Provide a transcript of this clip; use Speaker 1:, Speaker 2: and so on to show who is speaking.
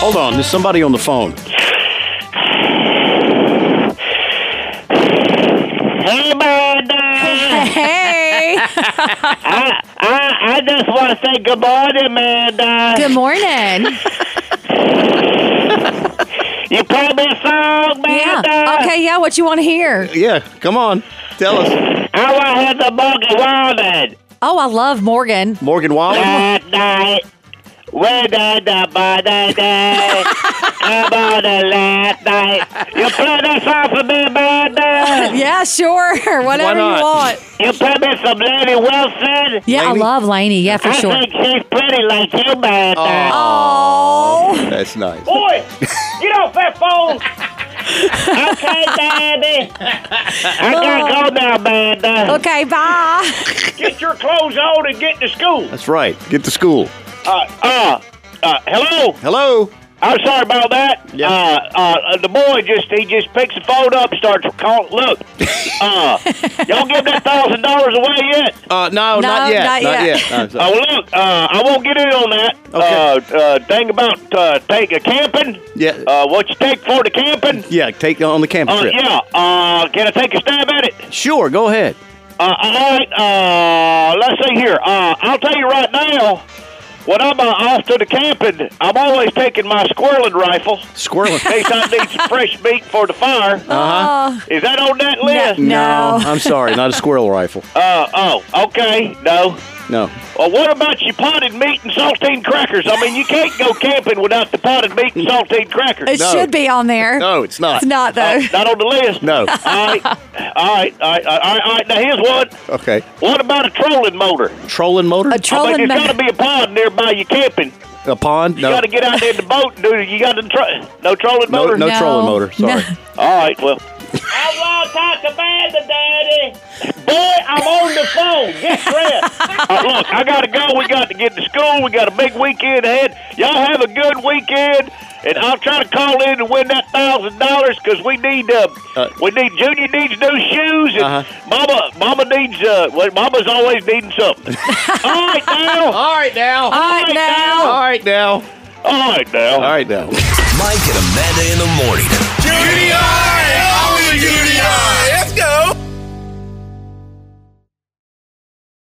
Speaker 1: Hold on, there's somebody on the phone.
Speaker 2: Hey, Amanda.
Speaker 3: Hey.
Speaker 2: I, I, I just want to say good morning, Amanda.
Speaker 3: Good morning.
Speaker 2: You play me a song,
Speaker 3: Yeah.
Speaker 2: Amanda.
Speaker 3: Okay, yeah, what you want to hear?
Speaker 1: Yeah, come on. Tell us.
Speaker 2: I want to have the monkey woman.
Speaker 3: Oh, I love Morgan.
Speaker 1: Morgan
Speaker 3: Oh,
Speaker 1: Wallen?
Speaker 2: That night, when I the body day, I'm on the last night. You play that song for me, Amanda.
Speaker 3: Yeah, sure. Whatever
Speaker 1: not?
Speaker 3: you want.
Speaker 2: You play me some Lady Wilson.
Speaker 1: Lainey?
Speaker 3: Yeah, I love Laney. Yeah, for
Speaker 2: I
Speaker 3: sure.
Speaker 2: think she's pretty like you, Amanda.
Speaker 3: Oh.
Speaker 1: That's nice.
Speaker 2: Boy, get off that phone. okay, Daddy. I gotta go now, Amanda.
Speaker 3: Okay, bye.
Speaker 2: Get your clothes on and get to school.
Speaker 1: That's right. Get to school.
Speaker 2: Uh, uh, uh, hello.
Speaker 1: Hello.
Speaker 2: I'm sorry about that.
Speaker 1: Yeah.
Speaker 2: Uh, uh, the boy just he just picks the phone up, starts calling. Look, uh, y'all give that thousand dollars away yet?
Speaker 1: Uh, no,
Speaker 3: No,
Speaker 1: not yet.
Speaker 3: not yet.
Speaker 1: No, so-
Speaker 2: Oh, look, uh, I won't get in on that.
Speaker 1: Okay.
Speaker 2: Uh, uh, thing about uh, take a camping.
Speaker 1: Yeah.
Speaker 2: Uh, what you take for the camping?
Speaker 1: yeah, take on the campus
Speaker 2: Uh,
Speaker 1: trip.
Speaker 2: yeah. Uh, can I take a stab at it?
Speaker 1: Sure, go ahead.
Speaker 2: Uh, all right. Uh, let's see here. Uh, I'll tell you right now. When I'm uh, off to the camping, I'm always taking my squirreling rifle
Speaker 1: Squirreling.
Speaker 2: in case I need some fresh meat for the fire.
Speaker 1: Uh-huh.
Speaker 3: Uh,
Speaker 2: Is that on that list?
Speaker 3: No.
Speaker 1: I'm sorry, not a squirrel rifle.
Speaker 2: Uh, oh, okay. No.
Speaker 1: No.
Speaker 2: Well, what about your potted meat and saltine crackers? I mean, you can't go camping without the potted meat and saltine crackers.
Speaker 3: it
Speaker 1: No.
Speaker 3: should be on there.
Speaker 1: No, it's not.
Speaker 3: It's not, though.
Speaker 2: Uh, not on the list.
Speaker 1: No.
Speaker 2: All right. All right. All right. All right. All right. Now, here's one.
Speaker 1: Okay.
Speaker 2: What about a trolling motor?
Speaker 1: Trolling motor?
Speaker 3: A
Speaker 2: I mean,
Speaker 3: trolling
Speaker 2: there's got to
Speaker 3: motor.
Speaker 2: be a pond nearby you camping.
Speaker 1: A pond?
Speaker 2: You
Speaker 1: no.
Speaker 2: got to get out there in the boat, dude. You got to tro- no trolling
Speaker 1: No,
Speaker 2: motor.
Speaker 1: no,
Speaker 3: No.
Speaker 1: trolling motor. Sorry.
Speaker 2: All right, well. I want to talk about the daddy. Boy, I'm on the phone. Get dressed. Uh, look, I got to go. We got to get to school. We got a big weekend ahead. Y'all have a good weekend. And I'll try to call in and win that thousand dollars because we need uh,
Speaker 1: Uh,
Speaker 2: we need Junior needs new shoes and
Speaker 1: Uh-huh.
Speaker 2: Mama Mama needs uh well, Mama's always needing something. All right now,
Speaker 1: All right now.
Speaker 3: All right, now.
Speaker 1: All right now.
Speaker 2: all right now.
Speaker 1: All right now.
Speaker 4: Mike and Amanda in the morning.
Speaker 5: Judy I, always Judy I.